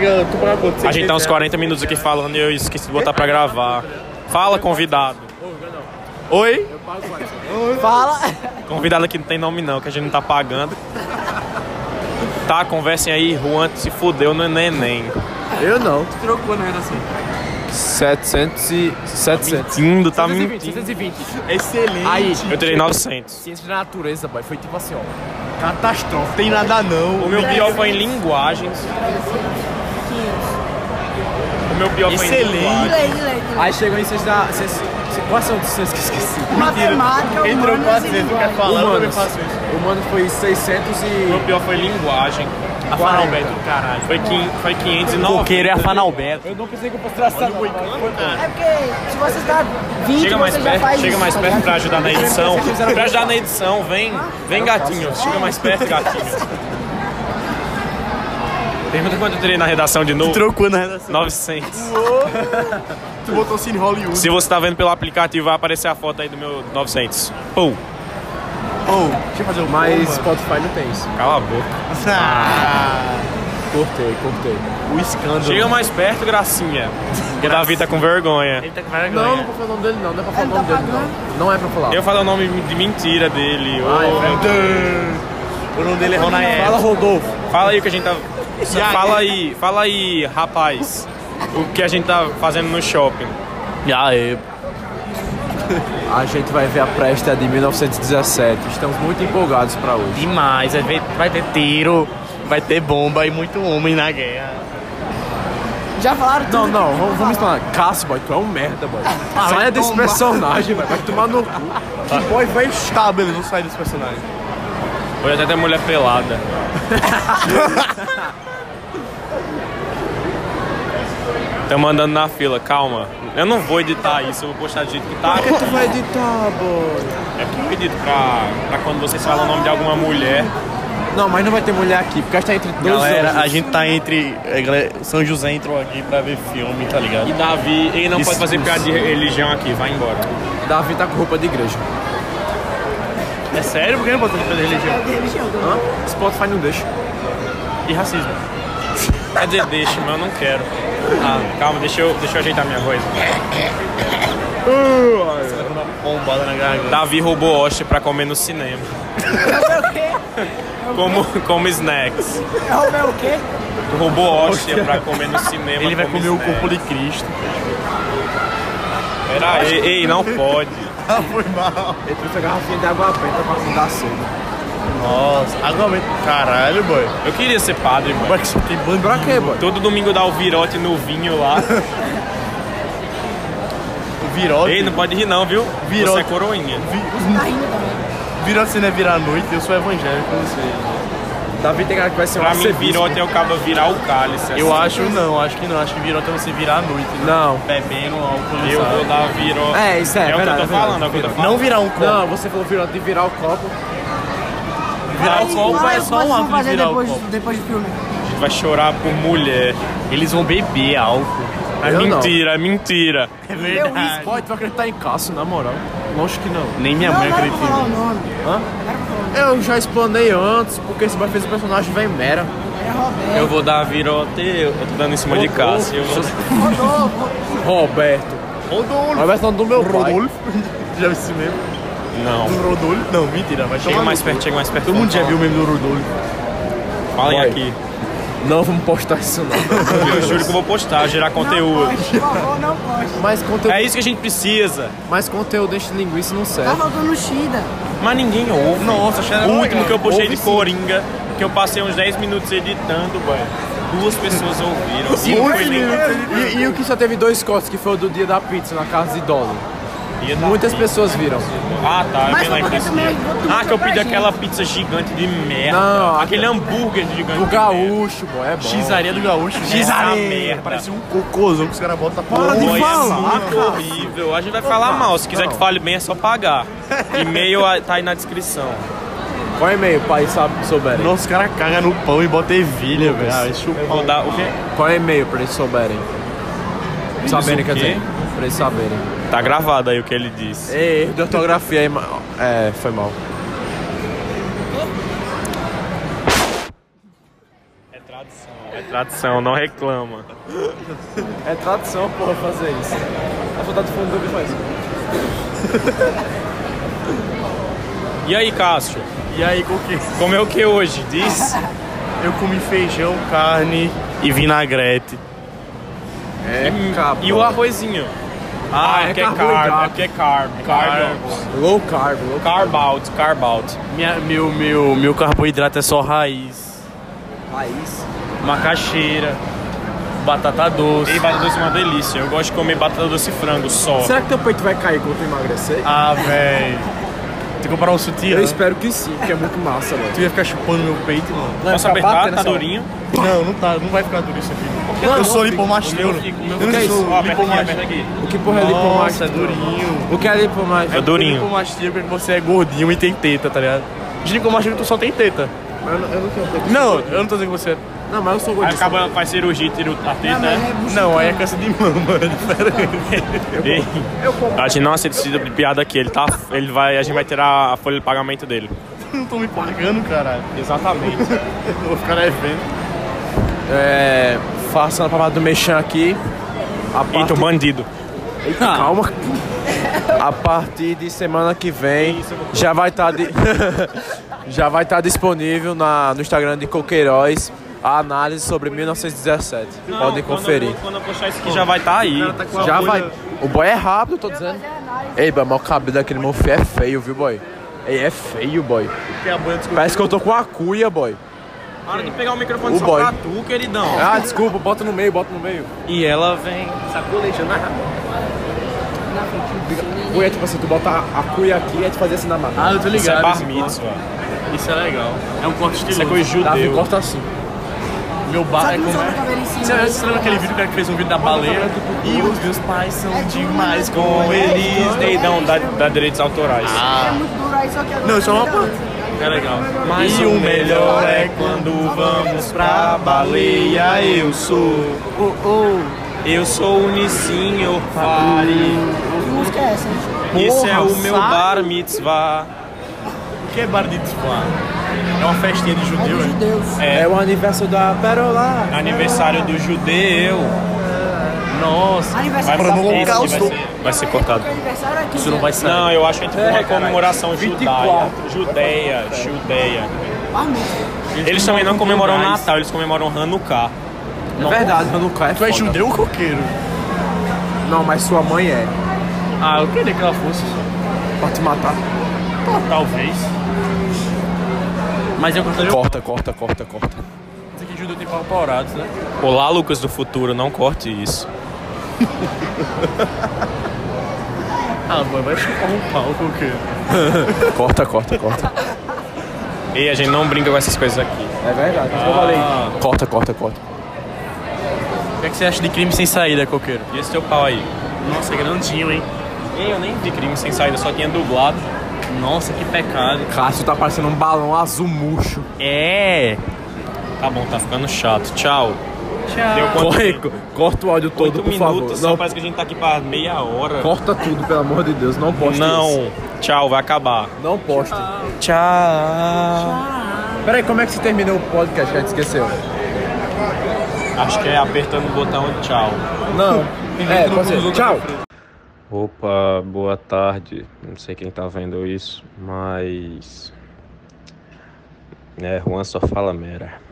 chega tu pra quanto? A gente tá uns 40 minutos aqui falando e eu esqueci de botar pra gravar. Fala, convidado. Oi? Fala. Convidado aqui não tem nome não, que a gente não tá pagando. Tá, conversem aí, Juan se fudeu no neném. Eu não. Trocou né, na redação. 700 e... 700. Tá Mentindo, tá 620, mentindo. 620. Excelente. Aí, Eu tirei 900. ciência da natureza, boy, foi tipo assim, ó. Catástrofe. Tem nada não. O meu pior foi em linguagens. O meu pior foi em Excelente. linguagens. Inglês, inglês. Aí chegou em ciência da... Ciência... Quais são os ciências que eu esqueci? Matemática, Entrou humanas quase e vezes, tu quer linguagem. falar, eu também Humanos. faço isso. Humano foi 600 O meu e... pior foi linguagem. A Faralberto, caralho. Foi, quin- foi 590. Coqueiro é a Fanalberto. Eu não pensei que eu fosse traçar não, É porque se você está 20, Chega mais você já perto, faz chega isso, mais tá perto ligado? pra ajudar na edição. Pra ajudar na edição, vem, vem gatinho. Chega mais perto, gatinho. Pergunta quanto eu tirei na redação de novo. Trocou na né? redação. 900. Tu botou Cine Hollywood. Se você tá vendo pelo aplicativo, vai aparecer a foto aí do meu 900. Pô, Ou, deixa eu fazer um Mas Spotify não tem isso. cala a boca. Cortei, cortei. O escândalo. Chega mais perto, gracinha. Porque Davi tá com vergonha. Não, não vou falar o nome dele não, não é pra falar o Ele tá nome dele não. Não é pra falar. Eu falo o nome de mentira dele. ô. O nome dele é Ronaé. Fala, Rodolfo. Fala aí o que a gente tá. Fala aí, fala aí, rapaz. O que a gente tá fazendo no shopping. E aí, A gente vai ver a presta de 1917. Estamos muito empolgados pra hoje. demais. Vai ver- Vai ter tiro, vai ter bomba e muito homem na guerra. Já falaram Não, tudo. não, vamos, vamos explanar. Cássio, boy, tu é um merda, boy. Saia desse personagem, boy. Vai tomar no cu. Que boy vai estar, beleza, não sai desse personagem. Hoje até tem mulher pelada. Estamos andando na fila, calma. Eu não vou editar isso, eu vou postar do jeito que tá. tu vai editar, boy? É porque eu edito pra, pra quando vocês falam o nome de alguma mulher. Não, mas não vai ter mulher aqui, porque a gente tá entre dois Galera, anjos. a gente tá entre. é, galera, São José entrou aqui pra ver filme, tá ligado? E Davi, ele não pode fazer piada de religião aqui, vai embora. Davi tá com roupa de igreja. É sério? Por que não botou pra religião? Hã? Spotify não deixa. E racismo. Quer dizer, deixa, mas eu não quero. Ah, calma, deixa eu, deixa eu ajeitar minha voz. Bombada na garganta. Davi roubou Osha pra comer no cinema. Roubei o quê? Como, como snacks. Eu roubei o quê? Roubou hóstia pra comer no cinema. Ele vai come comer o snack. corpo de Cristo. Pera aí, ei, não pode. Ah, Ele trouxe a garrafinha de água preta pra fundar cedo. Nossa, agora Caralho, boy. Eu queria ser padre, mano. Como é que você tem bandido? Pra quê, boy? Todo domingo dá o virote no vinho lá. Virou. ei, não pode rir não, viu? Você Virote. é coroinha. Tá rindo também. Virou assim, né? Virar à noite, eu sou evangélico, eu não sei. Davi tem cara que vai ser um Pra mim, arcebispo. virote é o cabo virar o cálice. assim. Eu acho não, acho que não. Acho que virou até você virar à noite, né? Não. Bebendo álcool. Eu vou dar virote. É, isso é, É o que eu verdade, tô é verdade. falando, é o que eu tô falando. Não virar um copo. Não, você falou virar, de virar o copo. Virar Aí, o copo aí, é o que só vocês um vão ato de fazer virar o depois, copo. depois do filme. A gente vai chorar por mulher. Eles vão beber álcool. É Eu não. mentira, é mentira. É verdade. Boy, tu vai acreditar em Cássio, na moral. Lógico que não. Nem minha Não, mãe não era pra falar o acredita. nome. Hã? Não era pra falar o nome. Eu já explanei antes, porque esse boy fez o personagem vem mera. É Roberto. Eu vou dar virote. Eu tô dando em cima de Cássio. Eu vou- Rodolfo. Roberto. Rodolfo. Roberto é o nome do meu pai. Rodolfo. Já viu esse meme? Não. Do Rodolfo? Não, mentira, vai Chega tomar mais no perto, cu. chega mais perto. Todo mundo já viu o meme do Rodolfo. Falem Vai. aqui. Não vamos postar isso não. Eu juro que eu vou postar, gerar Não conteúdo. pode, por favor, não pode. Mas conteúdo, É isso que a gente precisa. mas conteúdo este linguiça não Tá serve. faltando Shida. Mas ninguém ouve. Nossa, achei O último que eu postei Ouve de Coringa, que eu passei uns 10 minutos editando, mano. Duas pessoas ouviram. E não foi nem E, e o que só teve dois cortes, que foi o do dia da pizza na casa de dólar. dia da Muitas pizza. pessoas viram. Ah, tá. Eu Mas vi lá em por que pizza. também botou Ah, que eu pra pedi gente? aquela pizza gigante de merda. Não, Aquele hambúrguer gigante. O de merda. gaúcho, boy, é bom. Pisaria do gaúcho. né? Essa merda. Parece um cocôzão que os caras botam pra Para de Olha, falar, isso é horrível. A gente vai falar mal. Se quiser que fale bem, é só pagar. E-mail ah, tá aí na descrição. Qual é e-mail, pai, sabe, souberem? Nossa, os caras cagam no pão e botam ervilha, velho. Ah, isso Eu vou dar o quê? Qual é e-mail pra eles souberem? Saberem, o quer quê? dizer, pra eles saberem. Tá gravado aí o que ele disse. Ei, de ortografia aí, ma- é, foi mal. É tradução. É Tradição, não reclama. É tradição, porra, fazer isso. A vontade do fundo do faz. E aí, Cássio? E aí, com o quê? Comeu o que hoje? Diz. Eu comi feijão, carne e vinagrete. É, E o arrozinho? Ah, é que é carb, é carboidrato. que é carb. Carb. Low carb, low carb. Carb out, carb out. Minha- meu, meu, meu carboidrato é só raiz, Raiz. Macaxeira. batata doce. E batata doce é uma delícia. Eu gosto de comer batata doce e frango só. Será que teu peito vai cair quando tu emagrecer? Ah, velho. Tem que comprar um sutiã. Eu né? espero que sim, porque é muito massa, mano. Tu ia ficar chupando meu peito, mano. Posso apertar? Tá durinho? Não, não tá, não vai ficar duro isso aqui. Não, eu não, sou O meu lipomasteiro. fica- o meu Eu fica não isso. Ó, sou aperta aqui, lipomasteiro. aperta aqui. O que porra é Nossa, lipomágico? é durinho. O que é lipomágico? É durinho. Lipomasteiro é quando você é gordinho e tem teta, tá ligado? Ginecomastia tu só tem teta. Eu não, eu não tenho peito. Não, eu não tô dizendo que você é. Não, mas eu sou Aí gordinho. acaba, faz cirurgia, tira o- a teta, né? Não, aí é câncer de mama, é diferente. Ei, A gente não aceita esse tipo de piada aqui. Ele tá, ele vai, a gente vai tirar a folha de pagamento dele. Não tô me pagando, caralho. Exatamente. Eu vou ficar na evento. É. Façando a palavra do mexão aqui. A parte... Eita, um bandido. Calma. A partir de semana que vem já vai estar já vai estar disponível na, no Instagram de Coqueiroz a análise sobre 1917. Podem conferir. Quando eu postar isso aqui já vai estar aí. Já vai. O boy é rápido, tô dizendo. Ei, boy, mas o cabelo daquele meu filho é feio, viu, boy? Ei, é feio, boy. Parece que eu tô com a cuia, boy. Para de pegar o microfone O só boy. pra tu, queridão. é Ah, desculpa, bota no meio, bota no meio. E ela vem. Cuia, tipo assim, tu bota a cuia aqui e é de fazer assim na mata. Ah, eu tô Isso é ligado. bar esse corte. mitzvah. Isso é legal. É um corte estiloso. Isso é coisa de Davi, judeu. corta assim. Meu bar é Sabe como é. usando o cabelo em cima? Você você lembra aquele vídeo cara que fez um vídeo da baleia? E os meus pais É são demais com eles. Eles não dá, dá direitos autorais. É muito duro aí, só que agora... Não, isso é uma tá um parte. dando. É legal. Mas e o melhor é quando vamos pra baleia. Eu sou. Eu sou o Nicinho Fari. Que música é essa? gente? Isso é o Porra, meu sabe? bar mitzvah. O que é bar de desfá? É uma festinha de É judeu, dos é? judeus. É o aniversário da Perola. Aniversário do judeu. Nossa. Aniversário pra da esse que vai Holocausto. ser- vai ser cortado. Aniversário é aqui. Isso não vai sair. Não, eu acho que é tipo É, uma caralho. comemoração 24. judaia. Judeia, judeia. Ah, meu. Eles também não comemoram o Natal, eles comemoram Hanukkah. É verdade, eu nunca é Tu é foda. judeu ou coqueiro? Não, mas sua mãe é. Ah, eu queria que ela fosse. Pra te matar. Talvez. Mas eu gostaria Corta, corta, corta, corta. de que judeu tem pau paurados, né? Olá, Lucas do futuro, não corte isso. Ah, mãe, vai chupar um pau coqueiro. Corta, corta, corta. Ei, a gente não brinca com essas coisas aqui. É verdade, mas eu Ah. falei. Corta, corta, corta. O que, é que você acha de crime sem saída, coqueiro? E esse teu pau aí? Nossa, é grandinho, hein? Ei, eu nem vi crime sem saída, só tinha dublado. Nossa, que pecado. Cássio tá parecendo um balão azul murcho. É. Tá bom, tá ficando chato. Tchau. Tchau. Deu quanto Corre, tempo? corta o áudio todo, Oito por favor. minutos, só Não, parece que a gente tá aqui pra meia hora. corta tudo, pelo amor de Deus. Não poste isso. Não, tchau, vai acabar. Não poste. Tchau. Peraí, como é que você terminou o podcast que a gente esqueceu? Acho que é apertando o botão tchau. Não. É, pode ser. Tchau. Opa, boa tarde. Não sei quem tá vendo isso, mas. É, Juan né, só fala mera.